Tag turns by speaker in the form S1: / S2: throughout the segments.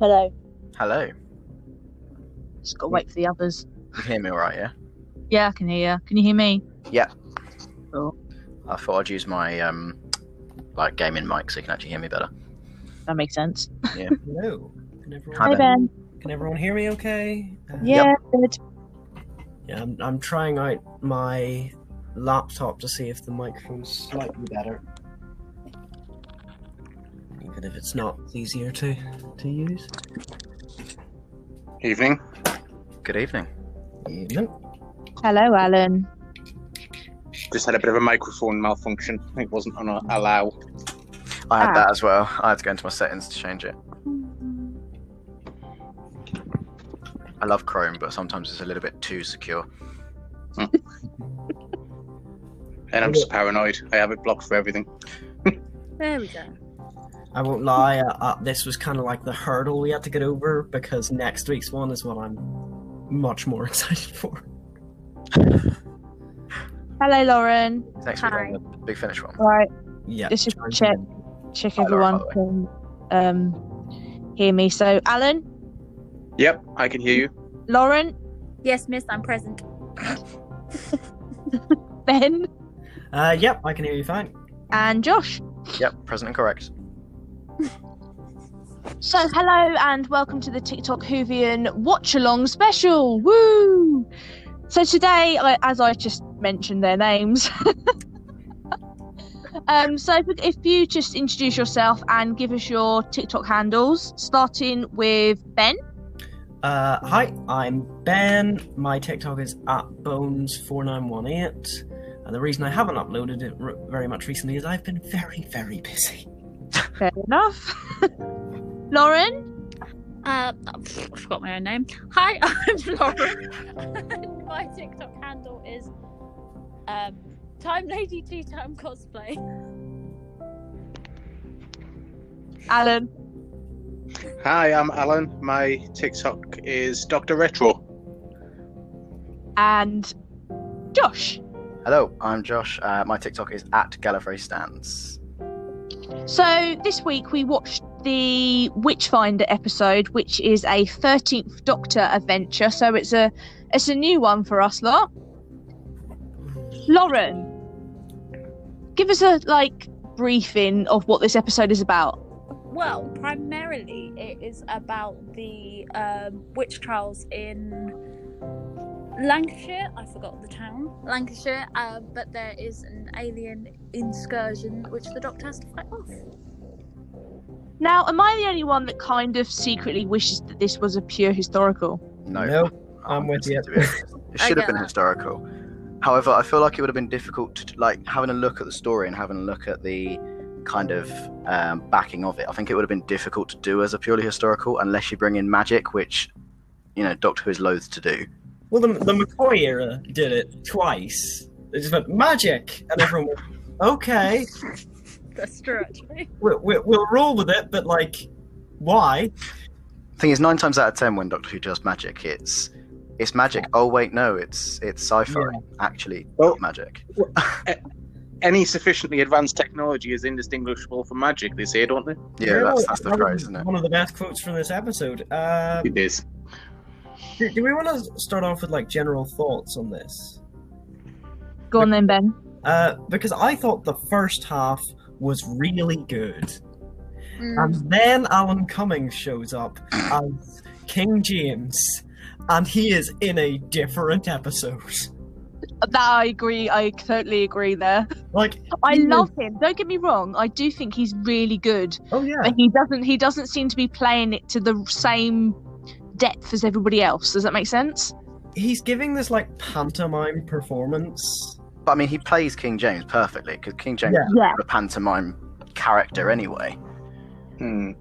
S1: Hello.
S2: Hello.
S1: Just gotta wait for the others.
S2: You can hear me all right, yeah?
S1: Yeah, I can hear you. Can you hear me?
S2: I thought I'd use my um, like gaming mic so you can actually hear me better.
S1: That makes sense.
S3: Hello. Can everyone,
S2: Hi,
S1: Hey, Ben.
S3: Can everyone hear me okay? Uh,
S1: Yeah, good.
S3: yeah, I'm, I'm trying out my laptop to see if the microphone's slightly better. Even if it's not, it's easier to, to use.
S4: Evening.
S2: Good evening.
S3: Evening.
S1: Hello, Alan.
S4: Just had a bit of a microphone malfunction. It wasn't on a allow.
S2: I had
S1: Ah.
S2: that as well. I had to go into my settings to change it. I love Chrome, but sometimes it's a little bit too secure.
S4: And I'm just paranoid. I have it blocked for everything.
S5: There we go.
S3: I won't lie, uh, uh, this was kind of like the hurdle we had to get over because next week's one is what I'm much more excited for.
S1: Hello, Lauren.
S2: Is Next week
S5: Hi.
S2: on the big finish one.
S1: Right,
S3: Yeah.
S1: Let's just
S3: trying to-
S1: check. check
S2: Hi, Lauren,
S1: everyone can um, hear me. So, Alan,
S4: Yep, I can hear you.
S1: Lauren,
S5: Yes, miss, I'm present.
S1: Ben,
S3: Uh, yep, I can hear you fine.
S1: and Josh.
S2: Yep, present and correct.
S1: So, hello and welcome to the TikTok Hoovian Watch Along Special. Woo! So, today, I, as I just mentioned their names, um, so if, if you just introduce yourself and give us your TikTok handles, starting with Ben.
S3: Uh, hi, I'm Ben. My TikTok is at bones4918. And Uh, the reason I haven't uploaded it r- very much recently is I've been very, very busy.
S1: Fair enough. Lauren,
S5: Uh, I forgot my own name. Hi, I'm Lauren. and my TikTok handle is um, Time Lady Tea Time Cosplay.
S1: Alan,
S4: Hi, I'm Alan. My TikTok is Dr. Retro.
S1: and Josh.
S2: Hello, I'm Josh. Uh, my TikTok is at Gallifrey Stands.
S1: So this week we watched the Witchfinder episode, which is a 13th Doctor adventure. So it's a it's a new one for us lot. Lauren, give us a like briefing of what this episode is about.
S5: Well, primarily it is about the um, witch trials in Lancashire. I forgot the town. Lancashire, uh, but there is an alien excursion which the Doctor has to fight off.
S1: Now, am I the only one that kind of secretly wishes that this was a pure historical?
S2: No.
S3: I'm with you.
S2: To be honest. It
S5: I
S2: should have
S5: get
S2: been
S5: that.
S2: historical. However, I feel like it would have been difficult to like having a look at the story and having a look at the kind of um, backing of it. I think it would have been difficult to do as a purely historical unless you bring in magic, which you know Doctor Who is loath to do.
S3: Well, the, the McCoy era did it twice. They just went, magic! And everyone went, okay,
S5: That's true, actually.
S3: we, we, we'll roll with it, but like, why?
S2: Thing is, nine times out of ten, when Doctor Who does magic, it's it's magic. Oh wait, no, it's it's sci-fi actually
S4: Well-
S2: not magic.
S4: Any sufficiently advanced technology is indistinguishable from magic, they say, don't they?
S2: Yeah, that's that's the
S3: That was
S2: phrase, isn't it?
S3: One of the best quotes from this episode. Uh,
S4: It is.
S3: do, do we want to start off with like general thoughts on this?
S1: Go on then, Ben.
S3: Uh, because I thought the first half was really good.
S5: Mm.
S3: And then Alan Cummings shows up as King James, and he is in a different episode.
S1: That I agree. I totally agree there. Mm-hmm.
S3: Like,
S1: I
S3: Yeah.
S1: love him. Don't get me wrong. I do think he's really good,
S3: oh yeah.
S1: but he doesn't. He doesn't seem to be playing it to the same depth as everybody else. Does that make sense?
S3: He's giving this, like, pantomime performance.
S2: But I mean, he plays King James perfectly because King James
S3: Yeah.
S2: is
S1: Yeah.
S2: a pantomime character anyway.
S4: Hmm.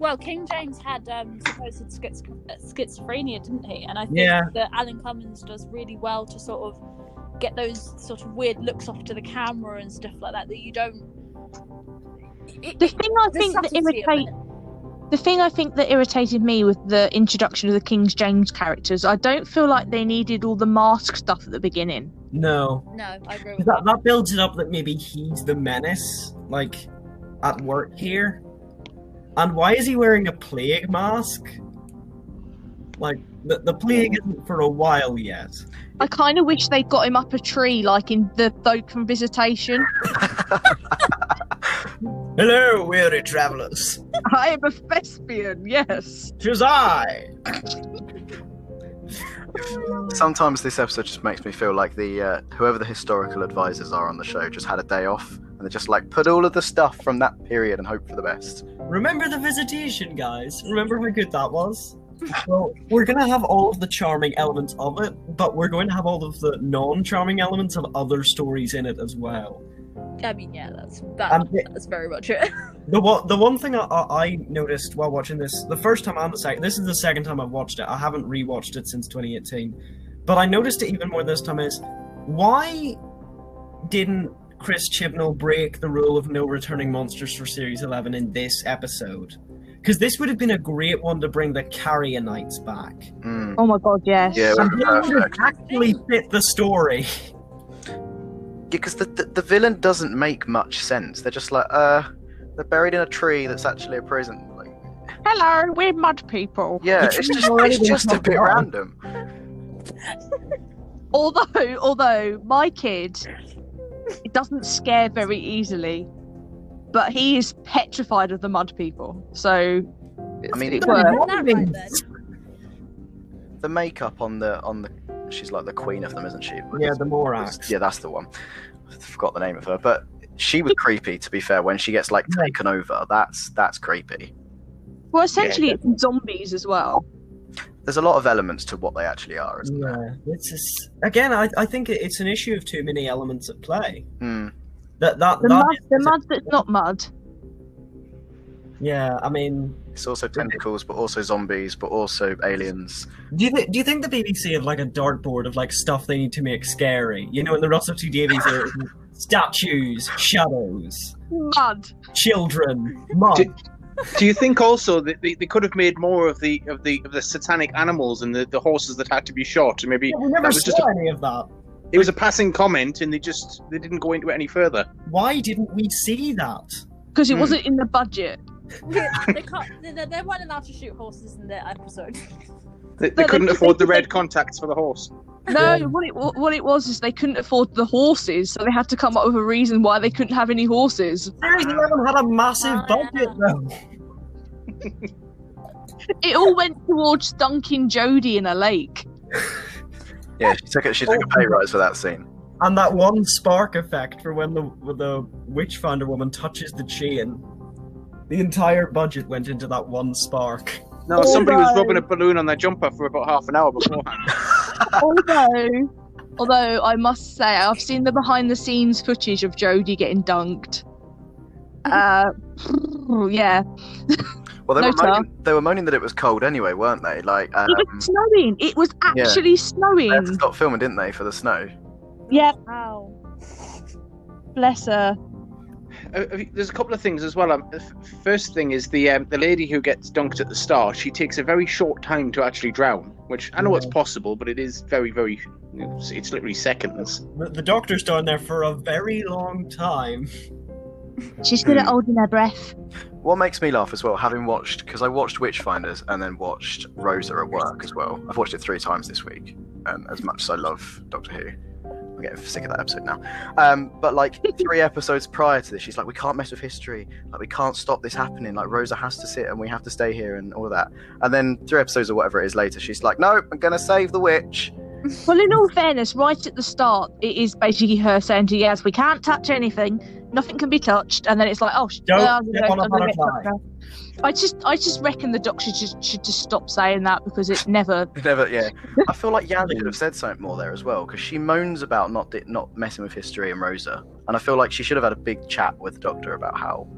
S5: Well, King James had um, supposed schiz- uh, schizophrenia, didn't he? And I think
S3: Yeah.
S5: that Alan Cummins does really well to sort of get those sort of weird looks off to the camera and stuff like that that you don't. It-
S1: The thing I
S5: the
S1: think that
S5: subtlety of
S1: irritate, the thing I think that irritated me with the introduction of the King James characters, I don't feel like they needed all the mask stuff at the beginning.
S3: No.
S5: it. No, I agree
S3: 'Cause
S5: with
S3: That,
S5: that.
S3: that builds it up that maybe he's the menace, like, at work here. And why is he wearing a plague mask? Like the, the plague isn't for a while yet.
S1: I kind of wish they got him up a tree, like in the folk from Visitation.
S3: Hello, weary travelers.
S1: I am a thespian, yes.
S3: Tis I.
S2: Sometimes this episode just makes me feel like the uh, whoever the historical advisors are on the show just had a day off and they just like put all of the stuff from that period and hope for the best.
S3: Remember the visitation, guys. Remember how good that was. Well, we're gonna have all of the charming elements of it, but we're going to have all of the non-charming elements of other stories in it as well.
S5: I mean, yeah, that's that,
S3: Um, yeah.
S5: that's very much it.
S3: The one, the one thing I, I I noticed while watching this, the first time and the second, this is the second time I've watched it. I haven't rewatched it since 2018, but I noticed it even more this time. Is why didn't Chris Chibnall break the rule of no returning monsters for series 11 in this episode? Because this would have been a great one to bring the Carrionites back.
S2: Mm.
S1: Oh my god, yes.
S2: Yeah,
S3: And they would have
S2: Perfect.
S3: actually fit the story.
S2: because the, the the villain doesn't make much sense. They're just like, uh, they're buried in a tree that's actually a prison. Like,
S1: Hello, we're mud people.
S2: yeah,
S3: The
S2: it's
S3: tree's
S2: just
S3: already
S2: it's
S3: been
S2: just a
S3: chopped
S2: bit
S3: down.
S2: random.
S1: Although, although my kid, it doesn't scare very easily, but he is petrified of the mud people. So,
S2: I mean,
S1: it
S2: the,
S1: worked.
S5: Isn't that right then?
S2: the makeup on the on the she's like the queen of them, isn't she?
S3: Yeah, the Morax.
S2: yeah, that's the one. I forgot the name of her, but she was creepy. To be fair, when she gets like
S3: Yeah.
S2: taken over, that's that's creepy.
S1: well, essentially, it's zombies as well.
S2: There's a lot of elements to what they actually are, isn't there?
S3: Yeah, it's just, again, I, I think it- it's an issue of too many elements at play.
S2: Hmm.
S3: That that,
S1: The
S3: that
S1: mud, the
S3: is-
S1: mud that's not mud.
S3: Yeah, I mean,
S2: It's also tentacles, but also zombies, but also aliens.
S3: do you thi- do you think the BBC had like a dartboard of like stuff they need to make scary? You know, in the Russell T Davies era, it was statues, shadows,
S1: Mud.
S3: children, mud.
S4: Did- Do you think also that they, they could have made more of the of the of the satanic animals and the, the horses that had to be shot? And maybe
S3: Yeah, we never
S4: was just
S3: saw any of that.
S4: it was a passing comment, and they just they didn't go into it any further.
S3: Why didn't we see that?
S1: Because it
S4: Hmm.
S1: wasn't in the budget.
S5: Yeah, they can't. They, they- they weren't allowed to shoot horses in the episode.
S4: They,
S1: But
S4: they
S1: they-
S4: couldn't
S1: they-
S4: afford the
S1: they-
S4: red contacts for the horse.
S1: No,
S3: Yeah.
S1: what it wa- what it was is they couldn't afford the horses, so they had to come up with a reason why they couldn't have any horses.
S3: Series Eleven had a massive
S1: Oh,
S3: budget though.
S1: It all went towards dunking Jody in a lake.
S2: Yeah, she took a, she took a pay rise for that scene.
S3: And that one spark effect for when the when the witch finder woman touches the chain. The entire budget went into that one spark.
S4: No,
S1: Oh,
S4: somebody was
S1: no.
S4: rubbing a balloon on their jumper for about half an hour beforehand.
S1: although, although I must say, I've seen the behind-the-scenes footage of Jody getting dunked. Uh, yeah,
S2: Well, they,
S1: No
S2: were moaning, they were moaning that it was cold anyway, weren't they? Like, um,
S1: it was snowing. It was
S2: yeah.
S1: actually
S2: they had to
S1: snowing.
S2: stop filming, didn't they, for the snow?
S1: Yeah,
S5: Wow.
S1: bless her.
S4: Uh, uh, There's a couple of things as well. Um, the f- first thing is the um, the lady who gets dunked at the start. She takes a very short time to actually drown, which I know it's possible, but it is very very. It's, it's literally seconds.
S3: The, the doctor's down there for a very long time.
S1: She's good at
S2: Hmm.
S1: holding her breath.
S2: What makes me laugh as well, having watched, because I watched Witchfinders and then watched Rosa at work as well. I've watched it three times this week, um, as much as I love Doctor Who. I'm getting sick of that episode now. Um, but like three episodes prior to this, she's like, we can't mess with history. Like, we can't stop this happening. Like, Rosa has to sit and we have to stay here and all of that. And then three episodes or whatever it is later, she's like, no, I'm going to save the witch.
S1: Well, in all fairness, right at the start, it is basically her saying to Yaz, "We can't touch anything. Nothing can be touched." And then it's like, "Oh, sh-
S3: Don't
S1: I'm
S3: step
S1: gonna-
S3: on a
S1: I'm gonna get
S3: butterfly.
S1: touched now." I just, I just reckon the doctor should, should just stop saying that because it never.
S2: Never, yeah. I feel like Yanda could have said something more there as well, because she moans about not di- not messing with history and Rosa, and I feel like she should have had a big chat with the Doctor about how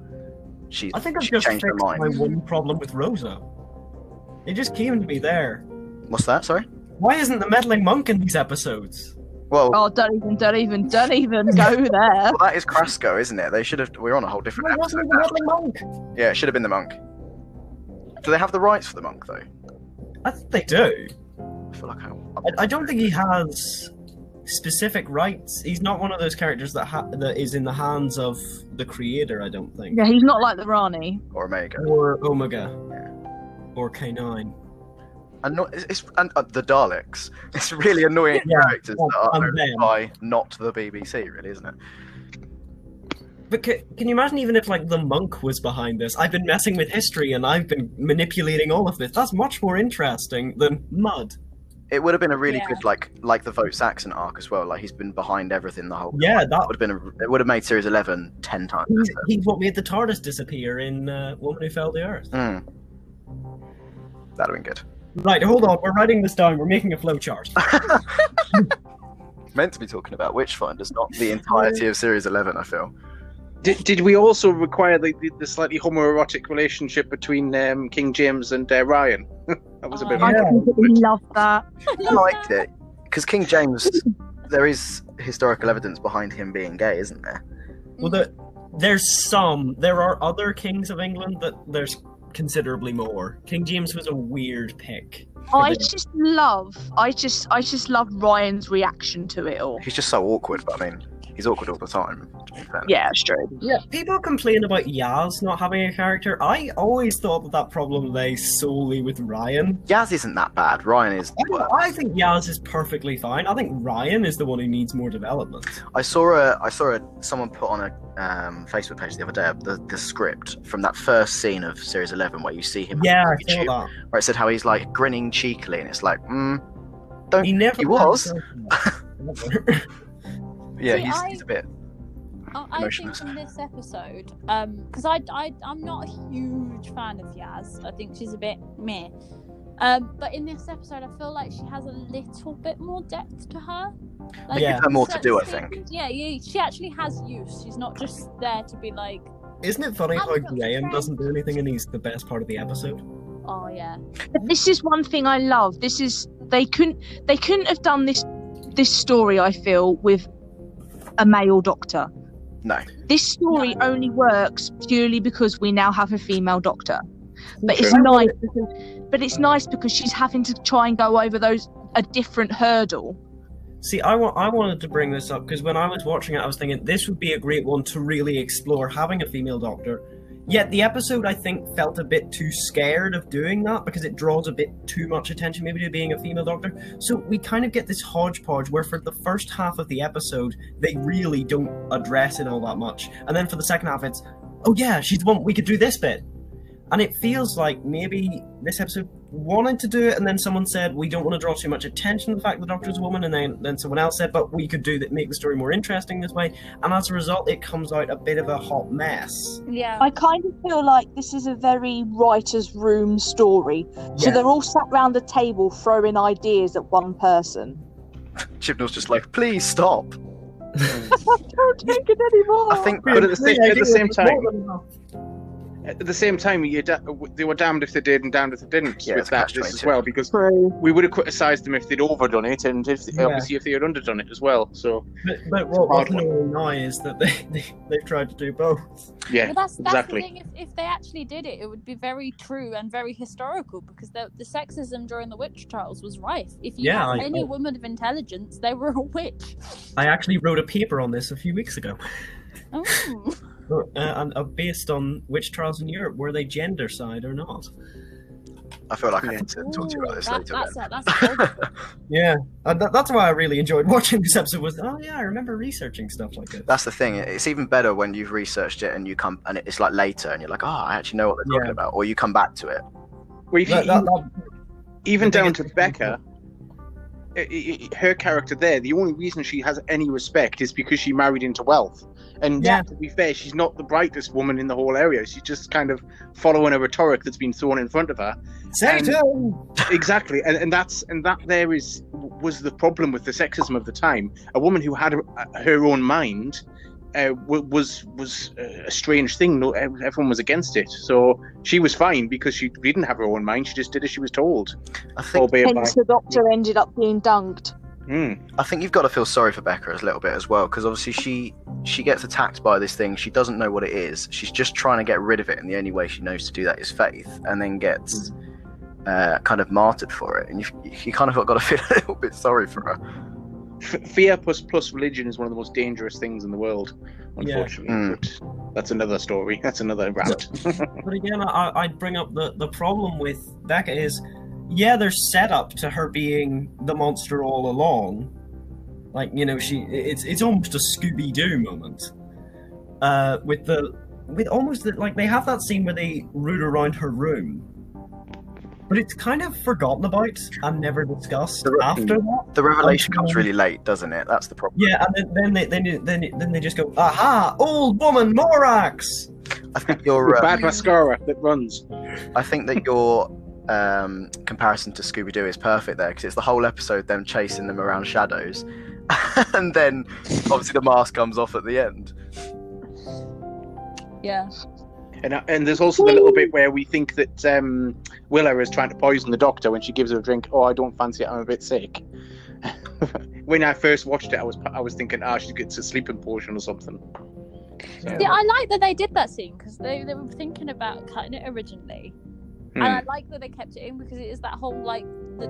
S2: she
S3: I think I've
S2: she
S3: just
S2: changed
S3: fixed
S2: her
S3: my
S2: mind.
S3: one problem with Rosa. It just came to me there.
S2: What's that? Sorry.
S3: Why isn't the meddling monk in these episodes?
S2: Well,
S1: Oh, don't even, don't even, don't even go there.
S2: well, that is Crasco, isn't it? They should have. We're on a whole different
S3: Why
S2: episode
S3: wasn't the
S2: now.
S3: meddling monk?
S2: Yeah, it should have been the monk. Do they have the rights for the monk though?
S3: I think they do.
S2: I feel like I.
S3: I, I don't think he has. specific rights. He's not one of those characters that ha- that is in the hands of the creator. I don't think.
S1: Yeah, he's not like the Rani.
S2: or Omega.
S3: Or Omega. Or K nine.
S2: And not, it's, it's and uh, the Daleks. It's really annoying
S3: Yeah,
S2: characters that are
S3: and
S2: owned
S3: them.
S2: by not the BBC, really, isn't it?
S3: But ca- can you imagine even if like the monk was behind this? I've been messing with history and I've been manipulating all of this. That's much more interesting than mud.
S2: It would have been a really
S5: Yeah.
S2: good like like the Vote Saxon arc as well. Like he's been behind everything the whole.
S3: Yeah, that
S2: Would have been a, it would have made series 11 10 times.
S3: he's,
S2: better.
S3: he's what made the TARDIS disappear in uh, Woman Who Fell to Earth.
S2: Mm. That'd have been good.
S3: Right, hold on. We're writing this down. We're making a flowchart.
S2: Meant to be talking about Witchfinders, not the entirety of series 11. I feel.
S4: Did, did we also require the, the, the slightly homoerotic relationship between um, King James and uh, Ryan? that was a bit.
S5: Oh.
S1: I
S3: Yeah.
S1: completely love that.
S2: I liked it because King James. There is historical evidence behind him being gay, isn't there?
S3: Well, the, there's some. There are other kings of England, but there's considerably more. King James was a weird pick.
S1: I
S3: Okay.
S1: just love, I just, I just love Ryan's reaction to it all.
S2: He's just so awkward, but I mean, he's awkward all the time.
S1: Yeah, it's true.
S3: Yeah, people complain about Yaz not having a character. I always thought that that problem lay solely with Ryan.
S2: Yaz isn't that bad. Ryan is.
S3: I, I think Yaz is perfectly fine. I think Ryan is the one who needs more development.
S2: I saw a. I saw a. Someone put on a um, Facebook page the other day the, the script from that first scene of series eleven where you see him. on
S3: Yeah, I
S2: YouTube,
S3: feel that.
S2: Where it said how he's like grinning cheekily, and it's like, mm, don't.
S3: He never
S2: He was. yeah,
S5: See,
S2: he's,
S5: I-
S2: he's a bit.
S5: Oh, I think
S2: Emotionless.
S5: from this episode, because I, I, I'm not a huge fan of Yaz. I think she's a bit meh. Um, but in this episode, I feel like she has a little bit more depth to her. Like,
S3: Yeah.
S2: Her more to
S5: certain
S2: do, I
S5: things-
S2: think.
S5: Yeah, yeah, she actually has use. She's not just there to be like,
S3: Isn't it funny how
S5: I'm not
S3: Graham
S5: surprised.
S3: doesn't do anything and he's the best part of the episode?
S5: oh yeah.
S1: But this is one thing I love. This is they couldn't, they couldn't have done this, this story. I feel with a male doctor.
S2: No.
S1: This story only works purely because we now have a female doctor. But it's
S3: True.
S1: nice. Because, but it's nice because she's having to try and go over those a different hurdle.
S3: See, I, wa- I wanted to bring this up because when I was watching it, I was thinking this would be a great one to really explore having a female doctor. Yet the episode, I think, felt a bit too scared of doing that because it draws a bit too much attention, maybe, to being a female doctor. So we kind of get this hodgepodge where, for the first half of the episode, they really don't address it all that much. And then for the second half, it's, oh, yeah, she's the one, we could do this bit. And it feels like maybe this episode wanted to do it, and then someone said we don't want to draw too much attention to the fact the Doctor's a woman, and then then someone else said, but we could do that, make the story more interesting this way, and as a result, it comes out a bit of a hot mess.
S5: Yeah.
S1: I kind of feel like this is a very writer's room story. So
S3: Yeah.
S1: they're all sat round the table throwing ideas at one person.
S2: Chibnall's just like, please stop.
S1: I can't take it anymore.
S2: I think.
S3: Oh,
S4: But at the same, at the same time,
S3: More than enough.
S4: at the same time, you da- uh, they were damned if they did and damned if they didn't
S2: Yeah, it's
S4: with that
S2: catch
S4: this as
S2: 22.
S4: well because
S1: True.
S4: we would have criticised them if they'd overdone it and if
S3: Yeah.
S4: obviously if they had underdone it as well. So
S3: But, but what
S4: Hard
S3: what's
S4: one.
S3: annoying now is that they, they they've tried to do both.
S4: yeah,
S5: Well, that's that's
S4: exactly.
S5: the thing. If, if they actually did it, it would be very true and very historical because the, the sexism during the witch trials was rife. If you
S3: Yeah,
S5: asked
S3: I-
S2: oh.
S5: any woman of intelligence, they were a witch.
S3: I actually wrote a paper on this a few weeks ago,
S5: Oh.
S3: uh, and uh, based on witch trials in Europe, were they gender side or not?
S2: I feel like I
S4: Yeah.
S2: need to talk to you about this
S5: Ooh, that-
S2: later.
S5: That's
S2: then.
S5: a, that's a whole-
S3: Yeah, and that, that's why I really enjoyed watching this episode. Was oh yeah, I remember researching stuff like this.
S2: That's the thing. It's even better when you've researched it and you come and it's like later and you're like, oh, I actually know what they're talking
S3: Yeah.
S2: about, or you come back to it.
S4: Well, if you-
S3: That- that- that-
S4: even
S3: the thing
S4: down
S3: is-
S4: to Becca, i- i- i- her character there, the only reason she has any respect is because she married into wealth. And
S3: Yeah.
S4: to be fair, she's not the brightest woman in the whole area. She's just kind of following a rhetoric that's been thrown in front of her.
S3: Satan.
S4: exactly, and, and that's and that there is was the problem with the sexism of the time. A woman who had her, her own mind uh, wa- was was uh, a strange thing. No, ev- everyone was against it, so she was fine because she didn't have her own mind. She just did as she was told,
S2: I think
S4: albeit by.
S1: Hence the doctor ended up being dunked.
S4: Hmm.
S2: I think you've got to feel sorry for Becca a little bit as well, because obviously she she gets attacked by this thing. She doesn't know what it is. She's just trying to get rid of it, and the only way she knows to do that is faith, and then gets uh, kind of martyred for it. And you've, you kind of got to feel a little bit sorry for her.
S4: f- fear plus plus religion is one of the most dangerous things in the world,
S3: Yeah.
S4: unfortunately.
S2: Hmm.
S4: But that's another story. That's another route.
S3: But again, I, I'd bring up the, the problem with Becca is, yeah, there's setup to her being the monster all along. Like you know, she it's it's almost a Scooby Doo moment. Uh, with the with almost the, like they have that scene where they root around her room, but it's kind of forgotten about and never discussed
S2: The room.
S3: after that.
S2: The revelation comes
S3: Um,
S2: really late, doesn't it? That's the problem.
S3: Yeah, and then, then they then you- then you- then they just go, aha, old woman Morax.
S2: I think your um,
S4: Bad mascara that runs.
S2: I think that your um, comparison to Scooby Doo is perfect there because it's the whole episode them chasing them around shadows, and then obviously the mask comes off at the end.
S5: Yeah.
S4: And, uh, and there's also the little bit where we think that um, Willow is trying to poison the doctor when she gives her a drink. Oh, I don't fancy it. I'm a bit sick. when I first watched it, I was I was thinking, ah, she gets a sleeping potion or something. So,
S5: Yeah, I like that they did that scene because they, they were thinking about cutting it originally.
S4: hmm.
S5: And I like that they kept it in because it is that whole like the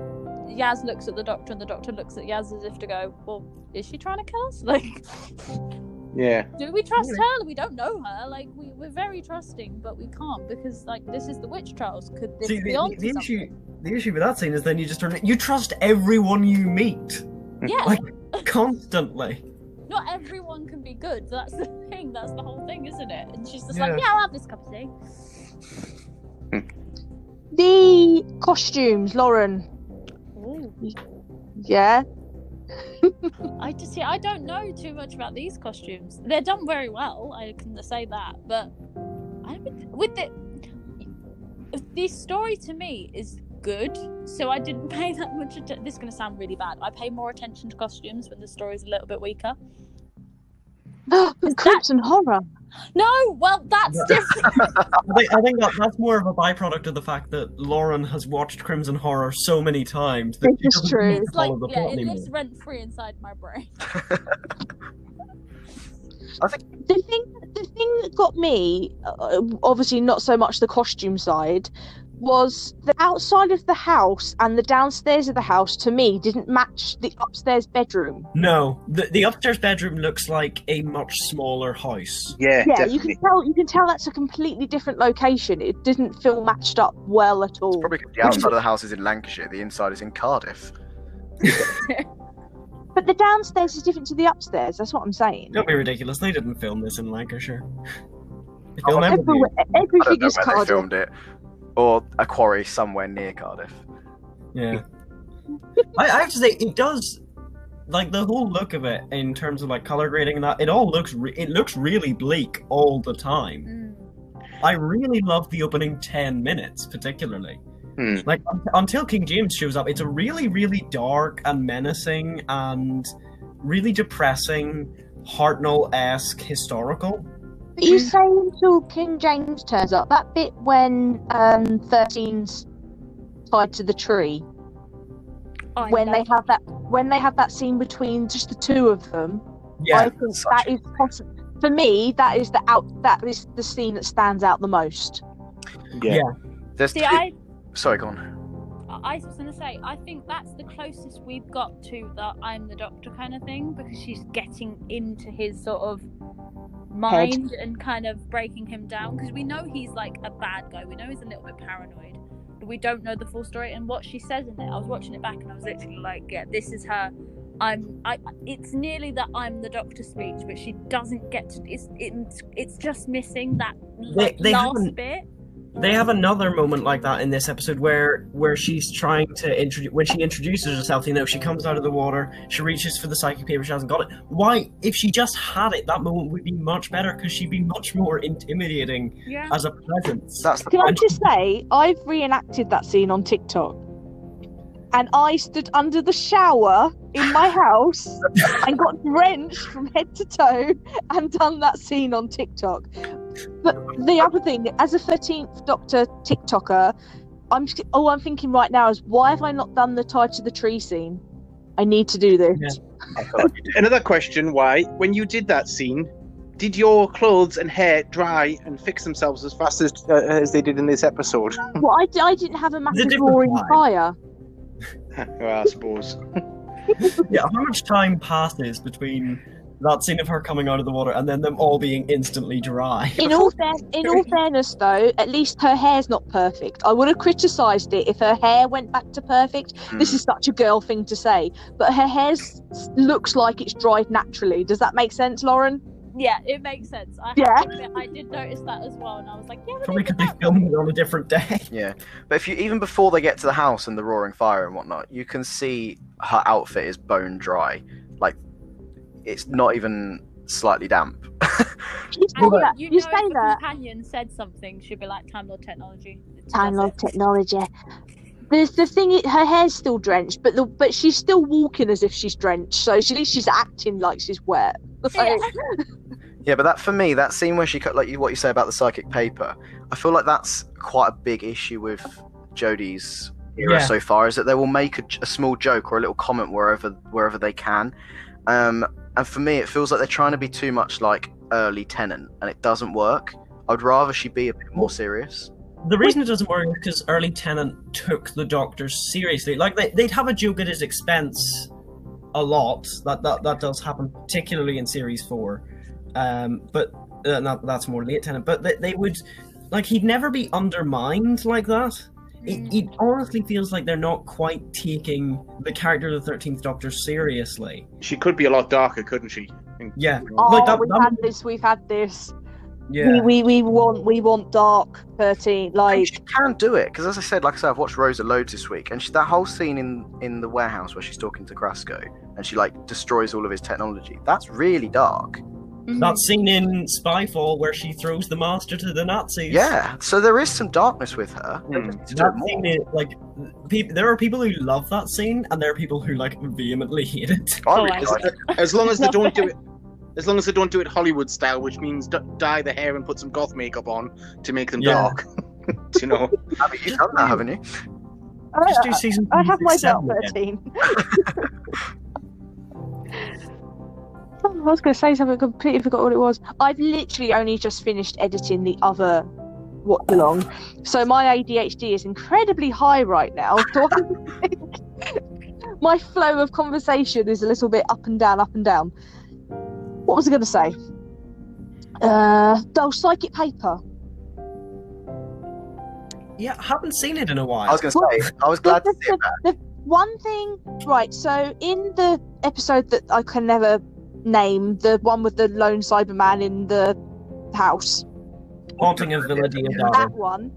S5: Yaz looks at the doctor and the doctor looks at Yaz as if to go, Well, is she trying to kill us? Like
S4: yeah.
S5: do we trust her? We don't know her. Like we, we're very trusting, but we can't because like this is the witch trials. Could this
S3: See,
S5: be
S3: the,
S5: on
S3: the, the issue
S5: something?
S3: the issue with that scene is then you just turn it. You trust everyone you meet
S5: Yeah,
S3: like- constantly.
S5: not everyone can be good. That's the thing. That's the whole thing, isn't it? And she's just
S3: Yeah.
S5: like, yeah, I'll have this cup of tea.
S1: The costumes, Lauren.
S5: Ooh.
S1: Yeah.
S5: I just see. I don't know too much about these costumes. They're done very well. I can say that, but I would, with the the story to me is good. So I didn't pay that much. attention. This is going to sound really bad. I pay more attention to costumes when the story's a little bit weaker.
S1: Crimson Horror.
S5: No, well that's different.
S3: I think, I think that, that's more of a byproduct of the fact that Lauren has watched Crimson Horror so many times that
S1: It's
S3: she doesn't
S1: true.
S3: need to
S5: it's like
S3: follow the
S5: yeah,
S3: plot
S5: it
S3: anymore.
S5: lives rent free inside my brain.
S1: The thing, the thing that got me, uh, obviously not so much the costume side, was the outside of the house and the downstairs of the house to me didn't match the upstairs bedroom.
S3: No, the, the upstairs bedroom looks like a much smaller house.
S1: Yeah,
S4: Yeah, definitely.
S1: you can tell. You can tell that's a completely different location. It didn't feel matched up well at all.
S2: Probably 'cause the outside of the house is in Lancashire, the inside is in Cardiff.
S1: But the downstairs is different to the upstairs. That's what I'm saying.
S3: Don't be ridiculous. They didn't film this in Lancashire. They
S2: Oh,
S3: film everything.
S1: Everywhere,
S2: I don't
S1: everything
S2: know
S1: is
S2: where they
S1: Cardiff.
S2: filmed it, or a quarry somewhere near Cardiff.
S3: Yeah. I, I have to say, it does. Like the whole look of it, in terms of like color grading and that, it all looks re- it looks really bleak all the time.
S1: Mm.
S3: I really love the opening ten minutes, particularly.
S4: Hmm.
S3: Like un- until King James shows up, it's a really, really dark and menacing and really depressing, Hartnell esque historical.
S1: But you say until King James turns up. That bit when um, 13's tied to the tree.
S5: I
S1: when they
S5: love-
S1: have that when they have that scene between just the two of them. I
S3: Yeah,
S1: think
S2: such
S1: that
S2: a-
S1: is possi for me. That is the out. That is the scene that stands out the most.
S4: Yeah.
S3: Yeah.
S2: There's
S5: see,
S2: two-
S5: I
S2: Sorry, go on.
S5: I was going to say, I think that's the closest we've got to the I'm the doctor kind of thing because she's getting into his sort of mind and kind of breaking him down because we know he's like a bad guy. We know he's a little bit paranoid, but we don't know the full story. And what she says in it, I was watching it back and I was literally like, yeah, this is her. I'm. I. It's nearly that I'm the doctor speech, but she doesn't get. To, it's. It's. It's just missing that like,
S3: they
S5: last
S3: haven't-
S5: bit.
S3: they have another moment like that in this episode where where she's trying to introduce when she introduces herself you know she comes out of the water she reaches for the psychic paper she hasn't got it why if she just had it that moment would be much better because she'd be much more intimidating
S5: Yeah.
S3: as a presence
S2: That's the
S1: Can I
S2: problem.
S1: just say, I've reenacted that scene on TikTok, and I stood under the shower in my house and got drenched from head to toe and done that scene on TikTok. But the other thing, as a thirteenth Doctor TikToker, I'm s- all I'm thinking right now is why have I not done the tie to the tree scene? I need to do this.
S3: Yeah.
S4: Another question: Why, when you did that scene, did your clothes and hair dry and fix themselves as fast as uh, as they did in this episode?
S1: Well, I, I didn't have a massive
S3: different
S1: roaring
S3: vibe.
S1: fire.
S4: well, I suppose.
S3: yeah, how much time passes between that scene of her coming out of the water and then them all being instantly dry?
S1: In all, fair, in all fairness, though, at least her hair's not perfect. I would have criticised it if her hair went back to perfect.
S3: Hmm.
S1: This is such a girl thing to say, but her hair looks like it's dried naturally. Does that make sense, Lauren?
S5: Yeah, it makes sense. I, have
S1: Yeah.
S5: to admit, I did notice that as well, and I was like, yeah,
S3: Probably
S5: we
S3: could
S5: did
S3: be
S5: that.
S3: filming it on a different day.
S2: Yeah, but if you even before they get to the house and the roaring fire and whatnot, you can see her outfit is bone dry. Like it's not even slightly damp.
S1: You say
S5: And
S1: that.
S5: You,
S1: You
S5: know
S1: say
S5: if
S1: that.
S5: a companion said something, she'd be like, Time Lord technology.
S1: Time
S5: That's
S1: Lord
S5: it.
S1: technology. There's the thing. i- Her hair's still drenched, but the but she's still walking as if she's drenched. So she, at least she's acting like she's wet. Like,
S2: Yeah, but that for me, that scene where she cut like you- what you say about the psychic paper, I feel like that's quite a big issue with Jodie's era
S3: Yeah.
S2: so far. Is that they will make a, j- a small joke or a little comment wherever wherever they can, um, and for me, it feels like they're trying to be too much like early Tenant, and it doesn't work. I'd rather she be a bit more serious.
S3: The reason it doesn't work is because early Tennant took the Doctor seriously. Like they, they'd have a joke at his expense a lot. That that, that does happen, particularly in Series Four. Um, but uh, no, that's more late Tennant. But they, they would, like, he'd never be undermined like that.
S5: Mm.
S3: It, it honestly feels like they're not quite taking the character of the Thirteenth Doctor seriously.
S4: She could be a lot darker, couldn't she?
S3: Yeah,
S1: oh,
S3: Like that-
S1: we've
S3: that-
S1: had this. We've had this.
S3: yeah.
S1: We, we we want we want dark thirteen.
S2: And
S1: Like
S2: she can do it because, as I said, like I said, I've watched Rosa loads this week, and she, that whole scene in in the warehouse where she's talking to Crasco and she like destroys all of his technology. That's really dark.
S5: Mm-hmm.
S3: That scene in Spyfall where she throws the Master to the Nazis.
S2: Yeah, so there is some darkness with her.
S4: Hmm.
S2: To do it
S3: that
S2: more.
S3: scene is like peop there are people who love that scene and there are people who like vehemently hate it
S2: I
S5: Oh,
S2: really
S5: I
S2: like it.
S4: As long as they don't do it. As long as they don't do it Hollywood style, which means d- dye the hair and put some goth makeup on to make them
S3: Yeah.
S4: dark. do you know?
S2: Abby, you've done that, haven't you?
S3: just
S1: I,
S3: do season
S1: I have my dark
S3: 37 again.
S1: thirteen. Oh, I was going to say something. I completely forgot what it was. I've literally only just finished editing the other watch along, so my ADHD is incredibly high right now. So I think my flow of conversation is a little bit up and down, up and down. What was I going to say? Uh, oh, psychic paper.
S3: yeah haven't seen it in a while
S2: I was going to say, I was glad to see it. back.
S1: One thing, right? So in the episode that I can never name, the one with the lone Cyberman in the house,
S3: haunting of Villa Diodata
S1: that one.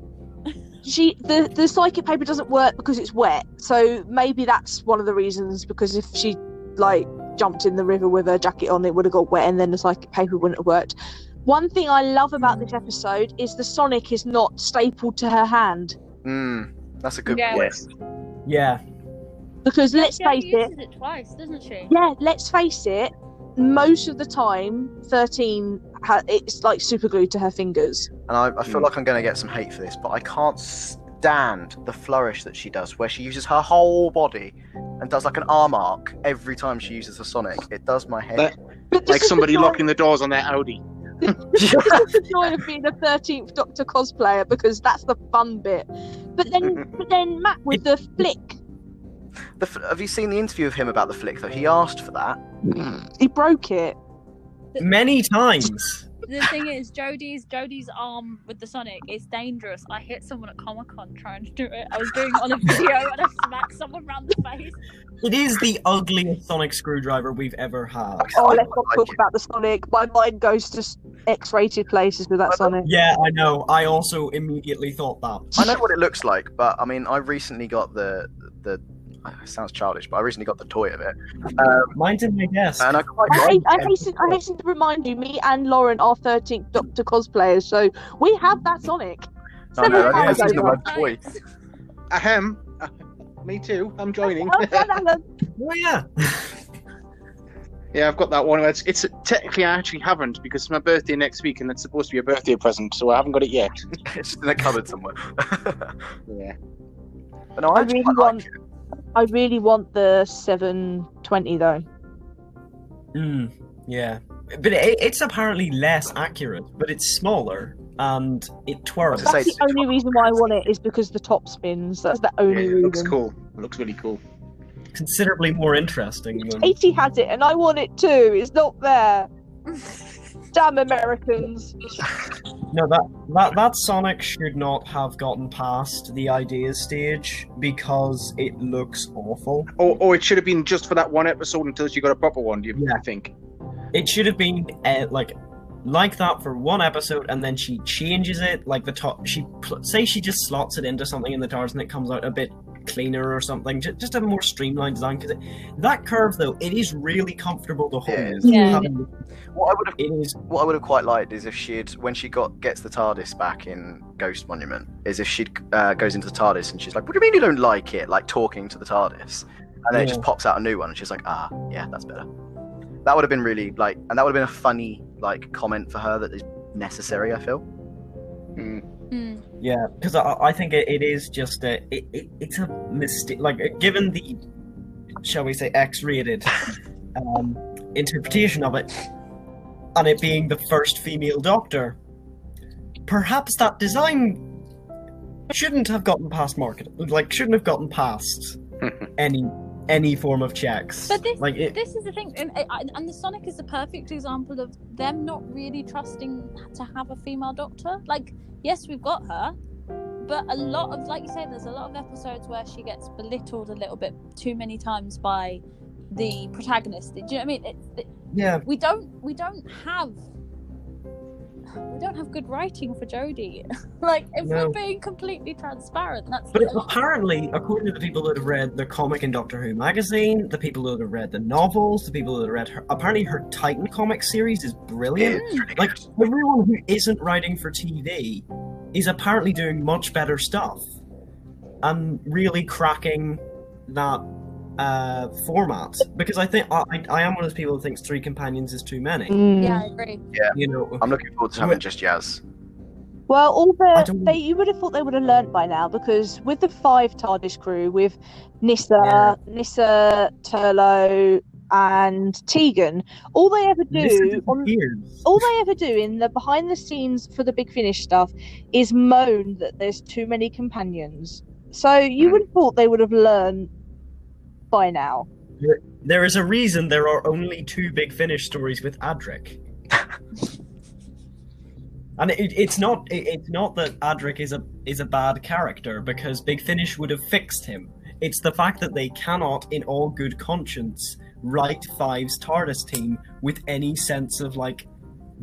S1: She the the psychic paper doesn't work because it's wet. So maybe that's one of the reasons. Because if she like jumped in the river with her jacket on, it would have got wet, and then the psychic paper wouldn't have worked. One thing I love about this episode is the Sonic is not stapled to her hand
S2: Mm, that's a good
S5: Yeah.
S2: point.
S3: yeah
S1: because let's
S5: Yeah,
S1: face
S5: she
S1: it,
S5: uses it twice, doesn't she?
S1: yeah, let's face it, most of the time, 13, ha- it's like super glued to her fingers.
S2: And I, I feel
S1: Hmm.
S4: Mm.
S2: like I'm going to get some hate for this, but I can't stand the flourish that she does, where she uses her whole body and does like an arm arc every time she uses a Sonic. It does my head.
S4: That-
S1: But this
S4: Like
S1: is
S4: somebody
S1: the joy,
S4: locking the doors on their Audi.
S1: This is the joy of being a 13th Doctor cosplayer because that's the fun bit. But then, but then Matt with the flick,
S2: The, f- have you seen the interview of him about the flick though? He asked for that.
S1: Oh, he broke it.
S3: many times
S5: The thing is, Jodie's Jodie's arm with the Sonic is dangerous. I hit someone at Comic Con trying to do it. I was doing it on a video and I smacked someone round the face.
S3: it is the ugliest sonic screwdriver we've ever had
S1: Oh,
S2: I
S1: let's not
S2: quite like
S1: talk
S2: it.
S1: about the Sonic. My mind goes to s- X-rated places with that Sonic.
S3: yeah i know i also immediately thought that
S2: I know what it looks like, but I mean, I recently got the the. It sounds childish, but I recently got the toy of it,
S3: mine's in my desk
S2: and I quite
S1: I,
S2: like
S1: hate- I, hasten, I hasten to remind you, me and Lauren are 13th Doctor cosplayers, so we have that Sonic.
S2: No, no,
S1: Several
S2: I
S1: times
S2: hasten to
S1: over.
S2: my toy.
S4: Ahem. Uh, Me too. I'm joining.
S1: Oh, no, no, no.
S3: oh yeah
S4: yeah, I've got that one. It's, it's technically I actually haven't because it's my birthday next week and it's supposed to be a birthday present, so I haven't got it yet.
S2: It's just in the cupboard somewhere. but
S4: Yeah.
S2: no, I,
S1: I
S2: actually
S1: really
S2: quite
S1: want-
S2: like it.
S1: I really want the 720 though.
S3: Mm, yeah but it, it's apparently less accurate but it's smaller and it twirls
S2: I say
S1: That's the
S2: it's
S1: only reason why I want it is because the top spins. That's the
S4: yeah
S1: only
S4: it
S1: reason.
S4: looks cool. It looks really cool.
S3: considerably more interesting than
S1: Katie has it, and I want it too. It's not there. Damn Americans.
S3: No, that, that that Sonic should not have gotten past the idea stage because it looks awful.
S4: Or, or it should have been just for that one episode until she got a proper one. Do you
S3: Yeah.
S4: think?
S3: It should have been uh, like like that for one episode, and then she changes it. Like the top, she pl- say she just slots it into something in the TARDIS, and it comes out a bit cleaner or something. Just, just a more streamlined design. Because that curve, though, it is really comfortable to hold.
S2: It is.
S5: Yeah.
S3: Um,
S2: What I would have,
S3: It is.
S2: what I would have quite liked is if she'd, when she got gets the TARDIS back in Ghost Monument, is if she uh, goes into the TARDIS and she's like, "What do you mean you don't like it?" Like talking to the TARDIS, and then it just
S3: Yeah.
S2: pops out a new one, and she's like, "Ah, yeah, that's better." That would have been really like, and that would have been a funny like comment for her that is necessary. I feel.
S4: Hmm.
S5: Hmm.
S3: Yeah, because I, I think it, it is just a it, it, it's a mistake. Like uh, given the shall we say X-rated um, interpretation of it, and it being the first female Doctor, perhaps that design shouldn't have gotten past market. Like shouldn't have gotten past any any form of checks.
S5: But this-
S3: like it,
S5: This is the thing, and, uh, and- and the Sonic is a perfect example of them not really trusting to have a female doctor. Like, yes, we've got her, but a lot of, like you say, there's a lot of episodes where she gets belittled a little bit too many times by the protagonist. Do you know what I mean? It, it,
S3: yeah,
S5: we don't, we don't have, we don't have good writing for Jodie. like, if
S3: No.
S5: we're being completely transparent, that's
S3: But
S5: the-
S3: apparently, according to the people that have read the comic in Doctor Who magazine, the people that have read the novels, the people that have read her, apparently her Titan comic series is brilliant.
S2: It's really
S3: Like
S2: good.
S3: everyone who isn't writing for TV is apparently doing much better stuff and really cracking that uh, format. Because I think I, I- I am one of those people who thinks three companions is too many.
S1: Mm.
S5: Mm.
S3: Mm.
S5: yeah, I agree.
S3: You know,
S2: I'm looking forward to having just Yaz.
S1: Well, all
S3: I
S1: the
S3: don't-
S1: they, you would have thought they would have learnt by now because with the five TARDIS crew, with Nissa,
S3: Yeah.
S1: Nissa, Turlo, and Tegan, all they ever
S3: Listen
S1: do
S3: to
S1: on
S3: Piers.
S1: all they ever do in the behind the scenes for the big finish stuff is moan that there's too many companions. So you would have thought they would have learned by now.
S3: There is a reason there are only two big finish stories with Adric. and it, it's not it, it's not that Adric is a is a bad character because Big Finish would have fixed him. It's the fact that they cannot in all good conscience write Five's TARDIS team with any sense of like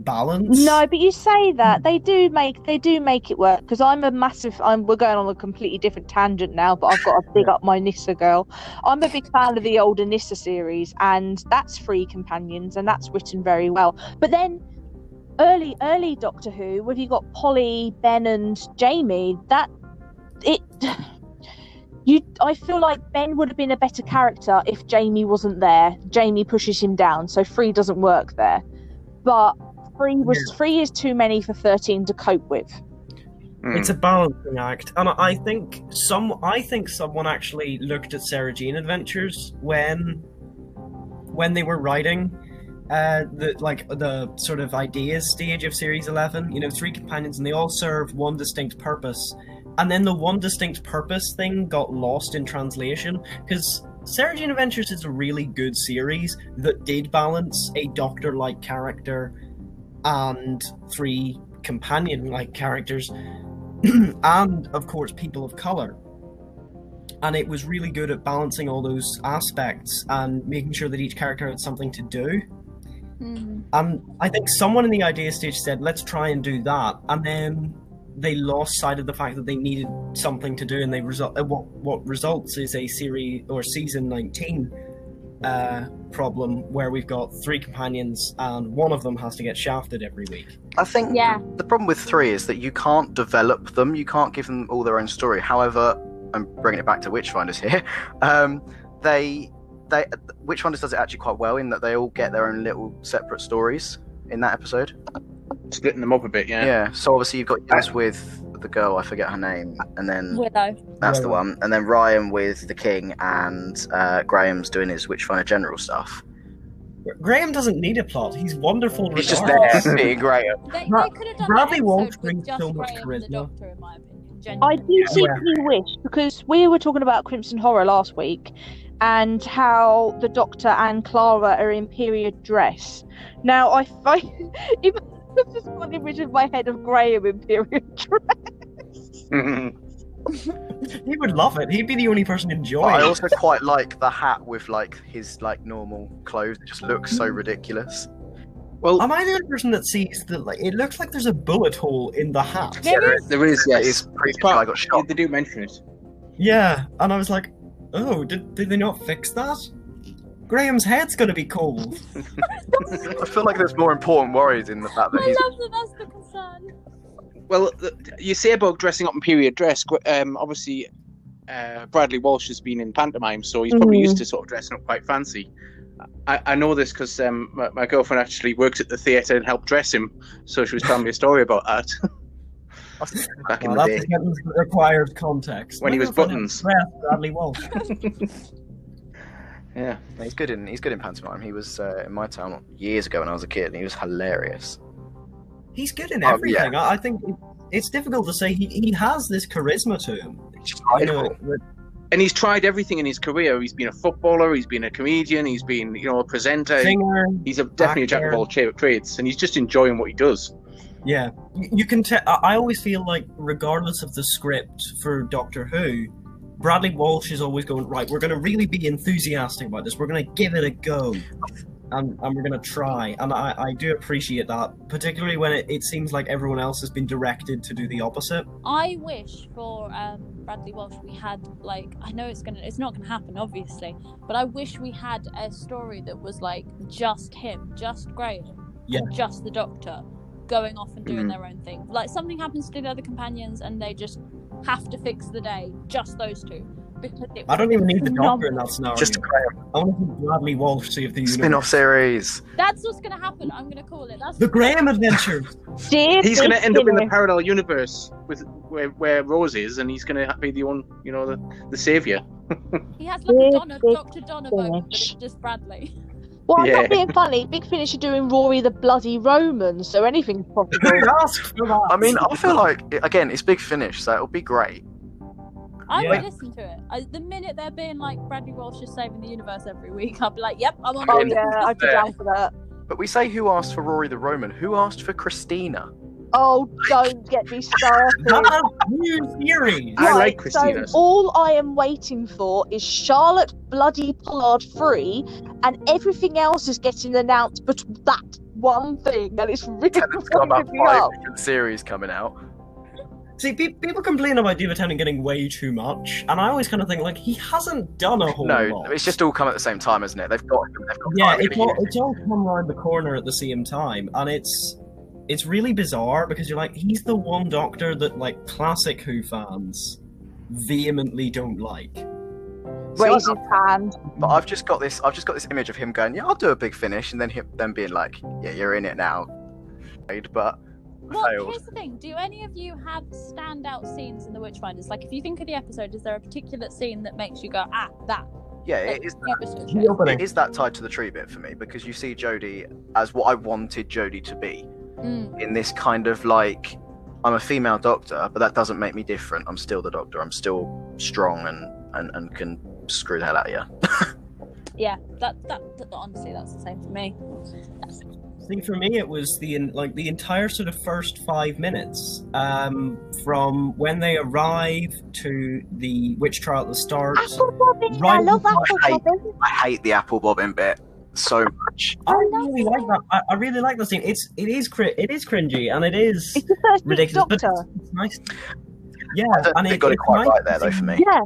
S3: balance.
S1: No, but you say that they do make they do make it work because I'm a massive. I'm we're going on a completely different tangent now, but I've got to big up my Nissa girl. I'm a big fan of the older Nissa series, and that's Free Companions, and that's written very well. But then early early Doctor Who, when you got Polly, Ben, and Jamie, that it. You, I feel like Ben would have been a better character if Jamie wasn't there. Jamie pushes him down, so Free doesn't work there. But Free was three is too many for thirteen to cope with.
S4: Hmm.
S3: It's a balancing act, and I think some. I think someone actually looked at Sarah Jean Adventures when, when they were writing, uh, the like the sort of ideas stage of series eleven. You know, three companions, and they all serve one distinct purpose, and then the one distinct purpose thing got lost in translation because. Sarah Jean Adventures is a really good series that did balance a doctor-like character and three companion-like characters and of course people of color and it was really good at balancing all those aspects and making sure that each character had something to do
S5: Mm.
S3: and i think someone in the idea stage said let's try and do that and then they lost sight of the fact that they needed something to do and they result uh, what what results is a series or season 19 uh problem where we've got three companions and one of them has to get shafted every week
S2: I think
S5: Yeah.
S2: the problem with three is that you can't develop them. You can't give them all their own story. However, I'm bringing it back to Witchfinders here. Um, they, they, Witchfinders does it actually quite well in that they all get their own little separate stories in that episode.
S4: Hmm. splitting them up a bit.
S2: Yeah.
S4: Yeah.
S2: so obviously you've got Yas with the girl. I forget her name, and then
S5: Willow.
S2: that's the
S3: Ryan.
S2: one, and then Ryan with the king, and uh, Graham's doing his Witchfinder General stuff.
S3: graham doesn't need a plot he's wonderful
S2: He's just
S3: regardless.
S2: there being Graham.
S5: They,
S3: Bra-
S5: they could have done
S3: Bradley
S5: an
S3: won't
S5: episode
S3: bring
S5: with just
S3: so much
S5: Graham and the
S3: charisma.
S5: Doctor, in my opinion.
S1: I
S5: Genuinely.
S1: do
S3: Yeah.
S1: secretly wish because we were talking about Crimson Horror last week, and how the Doctor and Clara are in period dress. Now, I find even I've just got an image in my head of Graham in period dress.
S3: He would love it. He'd be the only person
S2: But
S3: enjoying
S2: I
S3: it.
S2: also quite like the hat with like his like normal clothes. It just looks so ridiculous.
S4: well,
S3: Am I the only person that sees that? Like, it looks like there's a bullet hole in the hat.
S1: There
S2: there
S1: is-
S4: there is yes.
S2: It is pretty
S4: It's
S2: good.
S4: part-
S2: I got shot.
S4: They do mention it.
S3: Yeah, and I was like, oh, did, did they not fix that? Graham's head's gonna be cold.
S2: I feel like there's more important worries in the fact that
S5: I
S2: he's
S5: love that that's the concern.
S4: Well, th- you say about dressing up in period dress. qu- Um, obviously, uh, Bradley Walsh has been in pantomime, so he's probably
S1: Mhm.
S4: used to sort of dressing up quite fancy. I, I know this because um, my, my girlfriend actually works at the theatre and helped dress him, so she was telling me a story about that back in
S3: Well,
S4: the
S3: that's
S4: day.
S3: a sentence that requires context.
S4: When he
S3: My
S4: was
S3: girlfriend
S4: buttons.
S3: impressed Bradley Walsh.
S4: Yeah,
S2: he's good in he's good in pantomime. He was uh, in my town years ago when I was a kid, and he was hilarious.
S3: He's good in
S2: Oh, yeah.
S3: everything. I, I think it, it's difficult to say he, he has this charisma to him.
S2: It's just
S3: You know,
S2: delightful.
S3: that-
S4: and he's tried everything in his career. He's been a footballer, he's been a comedian, he's been you know a presenter.
S3: singer.
S4: He's a, definitely a jack of
S3: actor.
S4: all tra- trades, and he's just enjoying what he does.
S3: Yeah, You- you can tell. I I always feel like, regardless of the script for Doctor Who, Bradley Walsh is always going right. We're going to really be enthusiastic about this. We're going to give it a go, and, and we're going to try. And I, I do appreciate that, particularly when it, it seems like everyone else has been directed to do the opposite.
S5: I wish for um, Bradley Walsh we had like I know it's gonna it's not gonna happen obviously, but I wish we had a story that was like just him, just Graham,
S3: Yeah. Mm-hmm.
S5: and just the Doctor, going off and doing
S2: Mhm.
S5: their own thing. Like something happens to the other companions and they just have to fix the day, just those two. Because it
S3: I don't even need the Doctor in
S5: phenomenal.
S3: that scenario.
S2: Just
S3: I want to see Bradley Walsh see if the
S2: spin-off
S3: universe.
S2: series.
S5: That's what's gonna happen. I'm gonna call it. That's
S3: The Graham Adventure.
S1: Dear
S4: he's going to end up in the
S1: Destiny.
S4: parallel universe with where, where Rose is, and he's going to be the one, you know, the, the savior.
S5: He has like a
S1: Big,
S5: Donna,
S1: big
S5: Doctor Donovan, but it's
S1: finish.
S5: just Bradley.
S1: Well, I'm
S4: Yeah.
S1: not being funny. Big Finish are doing Rory the bloody Roman, so anything's
S3: Who
S1: possible.
S3: asked for that?
S2: I mean, I feel like again, it's big finish, so it'll be great.
S5: I
S3: Yeah.
S5: would listen to it. I, the minute they're being like Bradley Walsh is saving the universe every week, I'll be like, "Yep, I'm on
S1: oh
S5: board."
S2: mean,
S1: yeah, I'd be
S4: fair.
S1: down for that.
S2: But we say who asked for Rory the Roman? Who asked for Christina?
S1: Oh, don't get me started.
S3: That's new theory.
S4: I like
S1: Right,
S4: Christina.
S1: So all I am waiting for is Charlotte bloody Pollard free, and everything else is getting announced, but that one thing, and it's really
S2: It's got about
S1: winding me
S2: five
S1: up.
S2: different series coming out.
S3: See, pe- people complain about David Tennant getting way too much, and I always kind of think like he hasn't done a whole
S2: No,
S3: lot.
S2: it's just all come at the same time, isn't it? They've got, they've got
S3: yeah,
S2: time
S3: it's
S2: to
S3: all,
S2: use
S3: it's all come around the corner at the same time, and it's it's really bizarre because you're like he's the one Doctor that like classic Who fans vehemently don't like.
S2: it.
S1: Raise his hand.
S2: But I've just got this. I've just got this image of him going, "Yeah, I'll do a big finish," and then him, them being like, "Yeah, you're in it now." But
S5: Well,
S2: failed.
S5: here's the thing: Do any of you have standout scenes in The Witchfinders? Like, if you think of the episode, is there a particular scene that makes you go, "Ah, that"?
S2: yeah, it is.
S5: that was good."
S3: The
S2: It
S3: opening.
S2: is that tied to the tree bit for me because you see Jodie as what I wanted Jodie to be
S5: Mm.
S2: in this kind of like, I'm a female doctor, but that doesn't make me different. I'm still the doctor. I'm still strong and and, and can screw the hell out of you.
S5: Yeah, that, that that honestly, that's the same for me.
S3: See, for me, it was the en- like the entire sort of first five minutes um, from when they arrive to the witch trial at the start.
S1: Apple bobbing, I
S3: Right
S1: love
S3: in
S1: apple
S2: my
S1: bobbing.
S2: I hate the apple bobbing bit so much.
S3: I really like that. I, I really like that scene. It's it is cri- it is cringy and it is
S1: It's the first big
S3: ridiculous,
S1: doctor.
S3: but it's, it's nice. Yeah,
S2: I don't
S3: and
S2: think they got it
S3: it's
S2: quite
S3: nice
S2: right
S3: to
S2: there though
S3: see-
S2: for me.
S1: Yeah,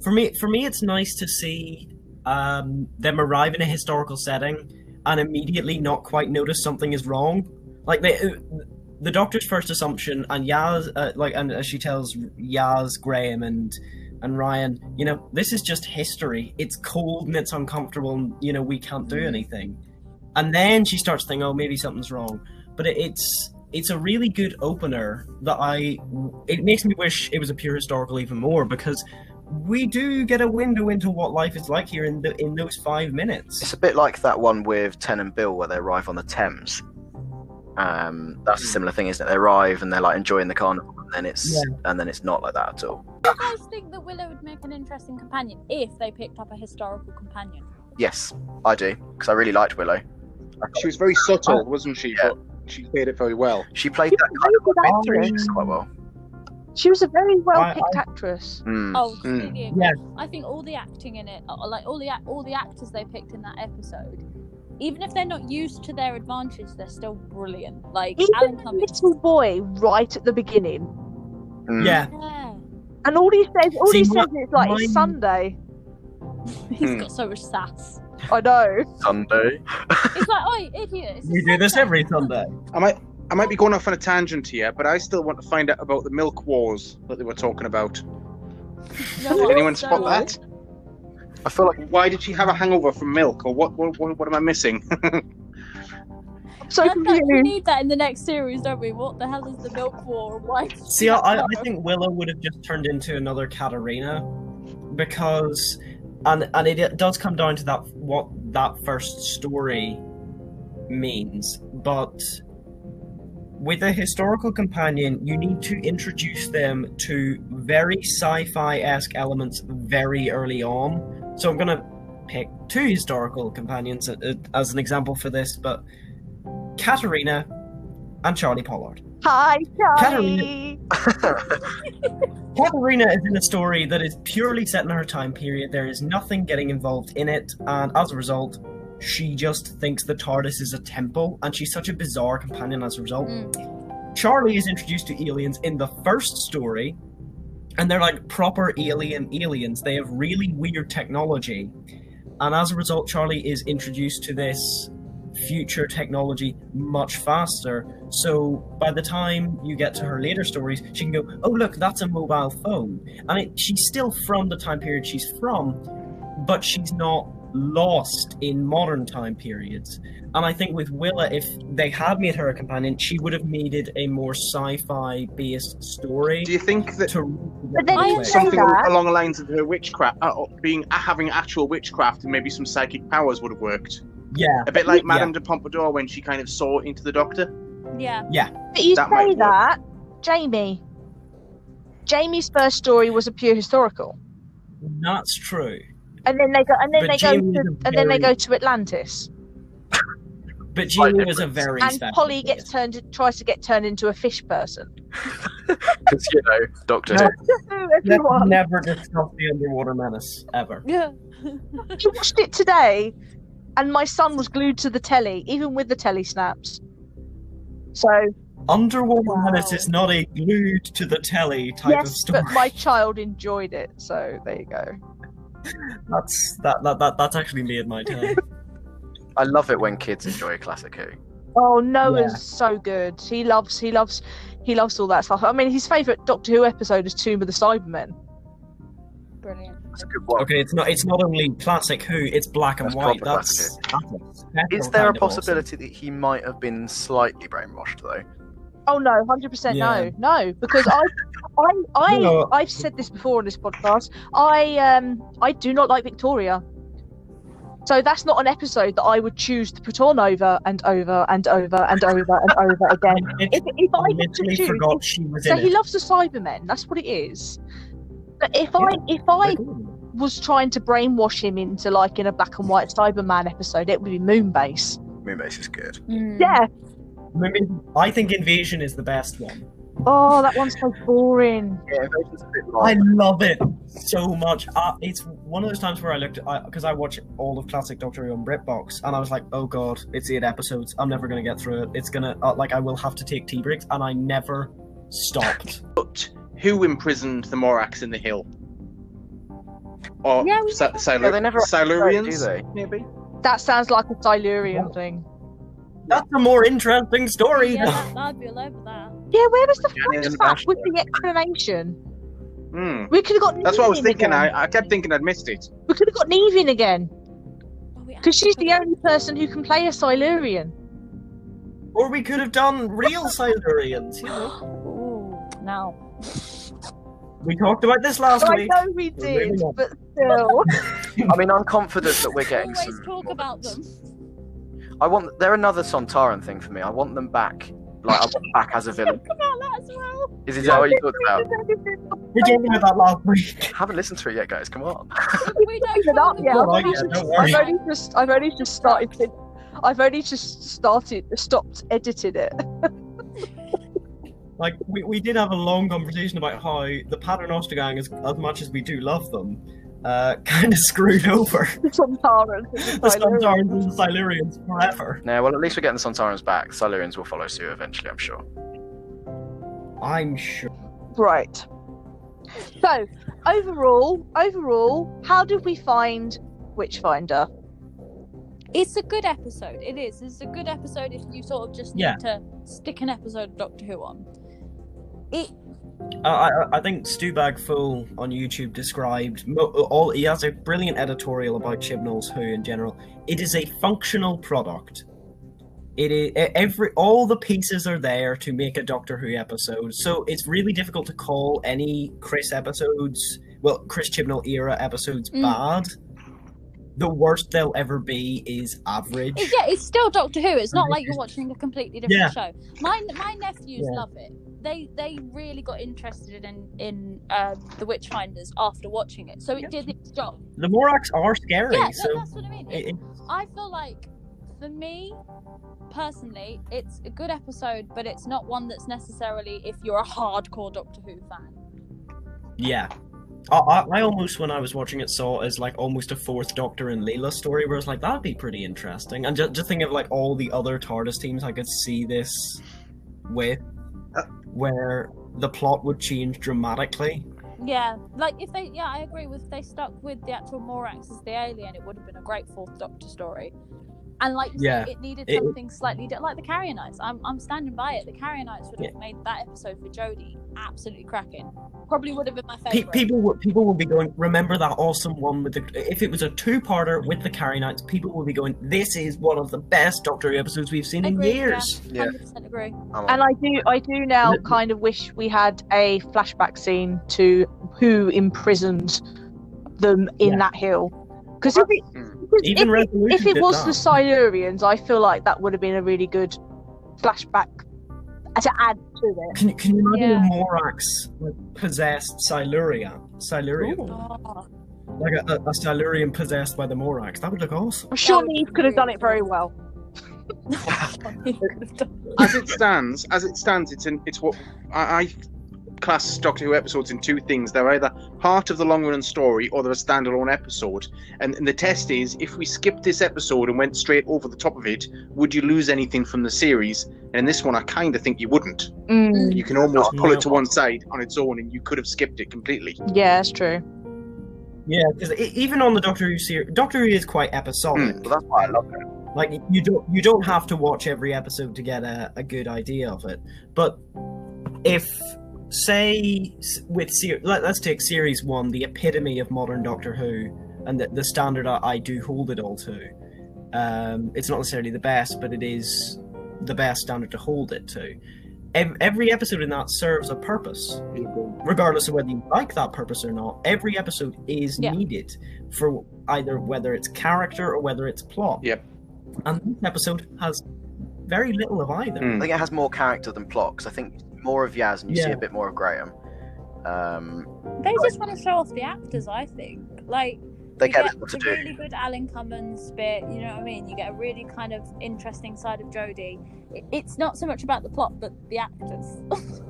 S3: For me, for me, it's nice to see um, them arrive in a historical setting and immediately not quite notice something is wrong. Like they, uh, the doctor's first assumption, and Yaz, uh, like, and as she tells Yaz, Graham, and and Ryan, you know, this is just history. It's cold and it's uncomfortable, and you know, we can't do anything. And then she starts thinking, oh, maybe something's wrong. But it, it's it's a really good opener that I. It makes me wish it was a pure historical even more because we do get a window into what life is like here in the in those five
S2: It's
S3: minutes.
S2: a bit like that one with Ten and Bill where they arrive on the Thames. Um, that's a similar thing, isn't it? They arrive and they're like enjoying the carnival, and then it's and then it's not like that at all.
S5: Do you guys think that Willow would make an interesting companion if they picked up a historical companion.
S2: Yes, I do because I really liked Willow.
S4: She was very subtle, wasn't she? But she played it very well.
S2: She played
S1: She
S2: that
S1: was
S2: kind
S1: really good
S2: of mentor
S1: actress.
S2: quite well.
S1: She was a very well picked
S3: I-
S1: actress.
S2: Hmm.
S5: Oh,
S4: Mm.
S5: completely agree.
S3: Yeah,
S5: I think all the acting in it, uh, like all the ac- all the actors they picked in that episode, even if they're not used to their advantage, they're still brilliant. Like
S1: Even
S5: Alan
S1: the
S5: Cummings.
S1: little boy right at the beginning,
S2: Hmm.
S3: yeah.
S5: Yeah,
S1: and all he says, all he
S3: See, my-
S1: says is like,
S3: mine-
S1: "It's Sunday."
S5: he's
S4: Mm.
S5: got so much sass.
S1: I know.
S2: Sunday.
S5: He's like, "Oi, idiot!" it's a
S3: We do this
S5: Sunday."
S3: every Sunday.
S4: I might I might be going off on a tangent here, but I still want to find out about the milk wars that they were talking about.
S5: You know
S4: Did
S5: what?
S4: anyone
S5: So-
S4: spot that?
S2: I feel like
S4: Why did she have a hangover from milk, or what? What, what, what am I missing?
S1: I'm so
S5: That's like, we
S1: confused.
S5: need that in the next series, don't we? What the hell is the milk war? Why?
S3: See, I, I I think Willow would have just turned into another Katarina because, and and it does come down to that what that first story means. But with a historical companion, you need to introduce them to very sci-fi esque elements very early on. So I'm gonna pick two historical companions uh, uh, as an example for this, but Katarina and Charlie Pollard.
S1: Hi, Charlie.
S3: Katerina- Katarina is in a story that is purely set in her time period. There is nothing getting involved in it, and as a result, she just thinks the TARDIS is a temple, and she's such a bizarre companion as a result. Charlie is introduced to aliens in the first story, and they're like proper alien aliens. They have really weird technology, and as a result, Charlie is introduced to this future technology much faster. So by the time you get to her later stories, she can go, "Oh look, that's a mobile phone," and it, she's still from the time period she's from, but she's not lost in modern time periods. And I think with Willa, if they had made her a companion, she would have needed a more sci-fi based story.
S4: Do you think that
S3: to
S1: But then
S5: I
S1: you
S5: am
S1: say
S4: something
S1: that.
S4: along the lines of her witchcraft, uh, or being uh, having actual witchcraft and maybe some psychic powers would have worked?
S3: yeah,
S4: A bit like
S3: Yeah.
S4: Madame de Pompadour when she kind of saw into the Doctor.
S5: Yeah.
S1: But you
S4: That might
S1: say
S4: work.
S1: that, Jamie. Jamie's first story was a pure historical,
S3: that's true.
S1: and then they go, and then
S3: But
S1: they go,
S3: Jamie
S1: to,
S3: is a
S1: and then they go
S3: very-
S1: to Atlantis,
S3: But
S2: Quite
S3: Jamie was a
S2: different.
S3: very
S1: and
S3: special
S1: Polly
S3: case.
S1: gets turned, tries to get turned into a fish person.
S2: because you know Doctor
S3: No.
S2: Who.
S3: Let's
S1: Everyone,
S3: never discuss the underwater menace ever.
S5: Yeah.
S1: I watched it today, and my son was glued to the telly, even with the telly snaps. So
S3: Underwater
S5: Wow.
S3: menace is not a glued to the telly type of
S1: yes,
S3: story.
S1: but my child enjoyed it. So there you go.
S3: That's that, that that that's actually made my day.
S2: I love it when kids enjoy classic Who.
S1: Oh, Noah's so good. He loves, he loves, he loves all that stuff. I mean, his favourite Doctor Who episode is Tomb of the Cybermen.
S5: Brilliant.
S2: That's a good one.
S3: okay, it's not it's not only classic Who, it's black and
S2: That's
S3: white.
S2: proper
S3: That's, that's a
S2: Is
S3: special
S2: there a
S3: kind of awesome.
S2: possibility that he might have been slightly brainwashed though?
S1: Oh no, hundred percent
S3: Yeah.
S1: no, no, because I, I, I,
S3: No.
S1: I've said this before on this podcast. I, um, I do not like Victoria. So that's not an episode that I would choose to put on over and over and over and over and over again.
S3: I lit-
S1: If, if I
S3: I
S1: had to
S3: literally
S1: choose,
S3: forgot she was
S1: so
S3: in
S1: he
S3: it.
S1: loves the Cybermen. That's what it is. But if I, if I was trying to brainwash him into like in a black and white Cyberman episode, it would be Moonbase.
S4: Mm.
S2: Moonbase is good.
S1: Mm. Yeah.
S3: Maybe- I think Invasion is the best one.
S1: Oh, that one's so boring.
S2: Yeah, Invasion's a bit
S3: I
S2: long.
S3: love it so much. Uh, it's one of those times where I looked because I, watch all of classic Doctor Who on BritBox, and I was like, "Oh God, it's eight episodes. I'm never gonna get through it. It's gonna uh, like I will have to take tea breaks," and I never stopped.
S4: But who imprisoned the Morax in the hill? Or
S5: Yeah, we
S4: Sil-
S5: never-
S4: Silu-
S2: Yeah, they never-
S4: Silurians,
S2: Sorry, do
S4: maybe?
S1: That sounds like a Silurian thing.
S3: That's a more interesting story.
S5: Yeah, that, I'd be all over that.
S1: Yeah, where was the
S2: Yeah,
S1: fun
S2: it's
S1: fact with
S2: Russia.
S1: the explanation?
S4: Hmm.
S1: We could have got.
S4: That's what I was
S1: Niven
S4: thinking.
S1: Again.
S4: I, I kept thinking I'd missed it.
S1: We could have got Nevin again
S5: Oh, we
S1: because she's the
S5: actually-
S1: only person who can play a Silurian.
S3: Or we could have done real Silurians. You know?
S5: Ooh, now.
S3: We talked about this last
S1: I
S3: week.
S1: know we
S3: We're
S1: did,
S3: moving on.
S1: but still.
S2: I mean, I'm confident that we're getting
S5: Always
S2: some.
S5: talk
S2: more
S5: about
S2: bits.
S5: them.
S2: I want they're another Sontaran thing for me. I want them back. Like I want them back as a villain.
S5: Talk about that as as well.
S2: Is that what you talked about?
S3: We talked about that last week.
S2: Haven't listened to it yet, guys. Come on.
S5: We don't
S1: Give it up,
S5: talk
S1: yeah.
S5: about
S3: Like it,
S5: that.
S3: Oh, don't
S1: I've
S3: worry.
S1: only just I've only just started. to- I've only just started stopped editing it.
S3: Like we, we did have a long conversation about how the Paternoster gang, as, as much as we do love them, uh, kind of screwed over
S1: Sontarans.
S3: the Sundarans and the Silurians forever.
S2: No, well, at least we're getting the Santarans back. Silurians will follow suit eventually, I'm sure.
S3: I'm sure.
S1: Right. So, overall, overall, how did we find Witchfinder?
S5: It's a good episode. It is. It's a good episode if you sort of just need
S3: Yeah.
S5: to stick an episode of Doctor Who on. It
S3: Uh, I, I- I think Stubag Fool on YouTube described mo- all. He has a brilliant editorial about Chibnall's Who in general. It is a functional product. It is e, every all the pieces are there to make a Doctor Who episode. So it's really difficult to call any Chris episodes, well, Chris Chibnall era episodes
S5: Mm.
S3: bad. The worst they'll ever be is average.
S5: It- yeah, it's still Doctor Who. It's not
S3: Mhm.
S5: like you're watching a completely different
S3: Yeah.
S5: show. My my nephews
S3: Yeah.
S5: love it. They they really got interested in in um, the Witchfinders after watching it, so it did its job.
S3: The Moraks are scary,
S5: Yeah,
S3: so
S5: that, that's what I mean. It-
S3: it, it,
S5: I feel like for me personally, it's a good episode, but it's not one that's necessarily if you're a hardcore Doctor Who fan.
S3: Yeah. I, I, I almost, when I was watching it, saw it as like almost a fourth Doctor and Leela story, where I was like, that'd be pretty interesting. And just, just think of like all the other TARDIS teams I could see this with,
S4: Uh.
S3: where the plot would change dramatically.
S5: Yeah, like if they, yeah, I agree with. If they stuck with the actual Morax as the alien, it would have been a great fourth Doctor story. And like, you
S3: Yeah,
S5: said, it needed
S3: it-
S5: something slightly di- like the Carrier Knights. I'm, I'm standing by it. The Carrier Knights would have made that episode for Jodie absolutely cracking. Probably would have been my
S3: Pe-
S5: favorite.
S3: people, would, people will be going, remember that awesome one with the. If it was a two parter with the Carrie Knights, people will be going, this is one of the best Doctor Who episodes we've seen
S5: Agreed,
S3: in years.
S2: Yeah.
S5: Hundred percent agree.
S2: I'm on.
S1: And I do, I do now kind of wish we had a flashback scene to who imprisoned them in
S3: Yeah. hmm.
S1: that hill. Because if it,
S4: Mm.
S1: because if
S3: Even
S1: it-
S3: Resolution.
S1: if it
S3: did
S1: was
S3: that.
S1: the Silurians, I feel like that would have been a really good flashback to add to it.
S3: Can, can you imagine
S5: Yeah.
S3: if Morax like, possessed Siluria? Silurian.
S5: Oh,
S3: Like a, a, a Silurian possessed by the Morax. That would look awesome.
S1: I'm sure
S5: would be
S1: Neve could have done it very
S5: really
S1: well.
S5: you could have done that.
S4: as it stands, as it stands, it's an, it's what I, I class Doctor Who episodes in two things. They're either part of the long run story or they're a standalone episode. And, and the test is if we skipped this episode and went straight over the top of it, would you lose anything from the series? And in this one, I kind of think you wouldn't.
S1: Mm,
S4: You can almost
S3: No.
S4: pull it to one side on its own, and you could have skipped it completely.
S1: yeah, that's true.
S3: Yeah, because even on the Doctor Who series, Doctor Who is quite episodic.
S2: Oh,
S4: Hmm.
S2: Well, that's why I love it.
S3: Like you don't you don't have to watch every episode to get a, a good idea of it. But if say s- with ser- let, let's take series one, the epitome of modern Doctor Who, and the, the standard I, I do hold it all to. Um, it's not necessarily the best, but it is the best standard to hold it to. Ev- Every episode in that serves a purpose, regardless of whether you like that purpose or not. Every episode is
S5: Yeah.
S3: needed for either whether it's character or whether it's plot.
S4: Yep.
S3: And this episode has very little of either.
S4: Mm.
S2: I think it has more character than plot, because I think more of Yaz and you see
S3: Yeah.
S2: a bit more of Graham. Um,
S5: They just want to show off the actors, I think. Like
S2: they
S5: you
S2: get
S5: get
S2: what to
S5: a
S2: do.
S5: really good Alan Cummins bit. You know what I mean? You get a really kind of interesting side of Jodie. It- It's not so much about the plot, but the actors.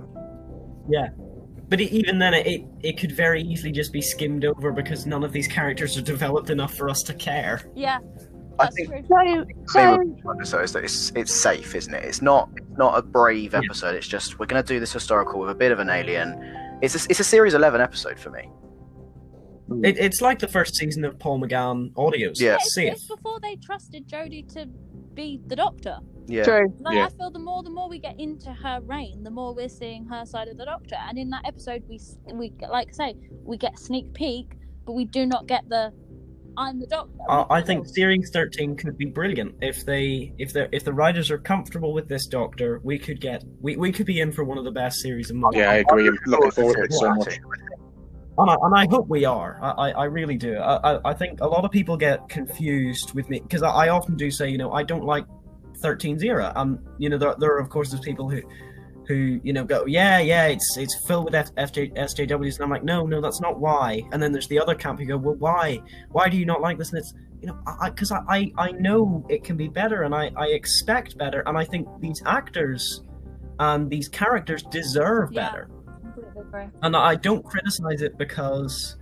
S3: But it, even then, it, it it could very easily just be skimmed over because none of these characters are developed enough for us to care.
S5: yeah,
S2: I
S5: that's
S2: think
S5: true.
S1: So,
S2: thing
S1: so
S2: with Witchfinder, so is that it's it's safe, isn't it? It's not it's not a brave episode. It's just we're going to do this historical with a bit of an alien. It's a, it's a series eleven episode for me.
S3: It, it's like the first season of Paul McGann audios.
S2: Yeah.
S5: It's,
S3: safe.
S5: it's before they trusted Jodie to be the Doctor.
S2: Yeah.
S1: true.
S5: Like
S4: Yeah.
S5: I feel the more the more we get into her reign, the more we're seeing her side of the Doctor. And in that episode, we s- we like I say we get a sneak peek, but we do not get the I'm the Doctor.
S3: I I think series thirteen could be brilliant if they if the if the writers are comfortable with this Doctor, we could get we, we could be in for one of the best series of modern.
S4: Yeah, I agree. I'm looking
S2: Looking
S4: forward to it so
S2: forward
S4: much.
S2: to it.
S3: and I, and I hope we are. I, I, I really do. I, I, I think a lot of people get confused with me because I, I often do say, you know, I don't like 13's era. Um, you know, there, there are of course those people who who you know go yeah yeah it's it's filled with F- FJ- SJWs and I'm like no no that's not why and then there's the other camp who go well why why do you not like this and it's you know because I, I, I I know it can be better and I I expect better and I think these actors and these characters deserve
S5: Yeah.
S3: better
S5: Completely agree.
S3: and I don't criticize it because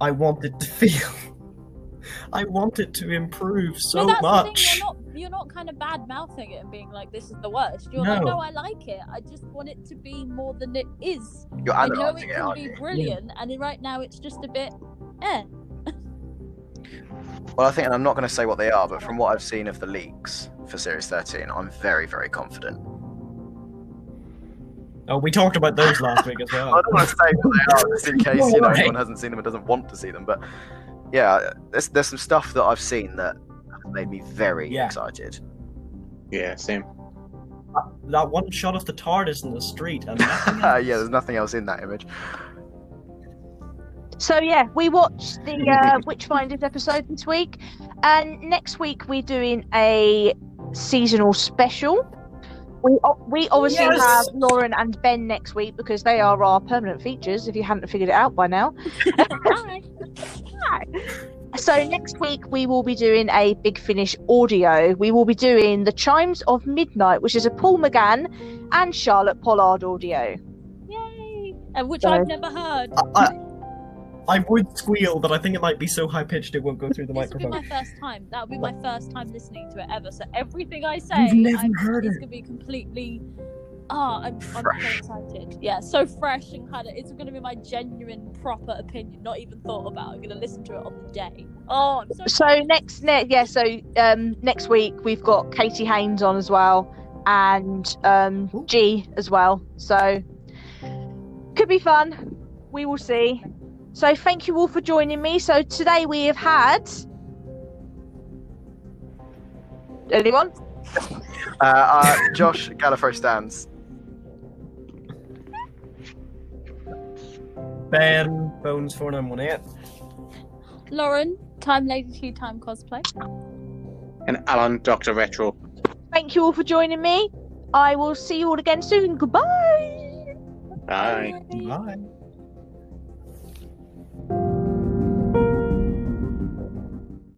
S3: I want it to feel I want it to improve so
S5: no, that's
S3: much.
S5: The thing. You're not you're not kind of bad mouthing it and being like this is the worst. You're like
S3: No.
S5: no, I like it. I just want it to be more than it is.
S2: You're
S5: I know it
S2: analysing it,
S5: can
S2: aren't
S5: be
S2: you?
S5: brilliant, and right now it's just a bit. Eh.
S2: Well, I think, and I'm not going to say what they are, but from what I've seen of the leaks for Series 13, I'm very, very confident.
S3: Oh, we talked about those last week as
S2: I
S3: well.
S2: don't want to say what they are, just in case you know
S3: Right.
S2: anyone hasn't seen them and doesn't want to see them. But yeah, there's there's some stuff that I've seen that has made me very
S3: Yeah.
S2: excited.
S4: Yeah, same.
S3: That one shot of the TARDIS in the street and nothing
S2: yeah,
S3: else.
S2: there's nothing else in that image.
S1: So yeah, we watched the uh, Witchfinders episode this week, and next week we're doing a seasonal special. We o- we obviously
S3: Yes!
S1: have Lauren and Ben next week because they are our permanent features. If you hadn't figured it out by now,
S5: Hi.
S1: so next week we will be doing a Big Finish audio. We will be doing the Chimes of Midnight, which is a Paul McGann and Charlotte Pollard audio.
S5: Yay! Uh, which
S1: Sorry.
S5: I've never heard.
S3: I, I, I would squeal, but I think it might be so high pitched it won't go through the
S5: This will be
S3: microphone.
S5: my first time. That will be my first time listening to it ever. So everything I say,
S3: You've never
S5: I'm,
S3: heard
S5: it's
S3: it.
S5: gonna be completely. Ah, I'm, I'm so
S2: Fresh.
S5: excited. Yeah, so fresh and kind of. It's gonna be my genuine, proper opinion, not even thought about. I'm gonna listen to it on the day. Oh, I'm so.
S1: So next, ne- yeah. So um, next week we've got Katie Haynes on as well, and um,
S3: Ooh.
S1: G as well. So could be fun. We will see. So thank you all for joining me. So today we have had anyone?
S2: Uh, uh, Josh Gallifrey stands.
S3: Ben Bones four nine one eight.
S5: Lauren, time lady two time cosplay.
S4: And Alan, Doctor Retro.
S1: Thank you all for joining me. I will see you all again soon. Goodbye.
S4: Bye.
S3: Bye.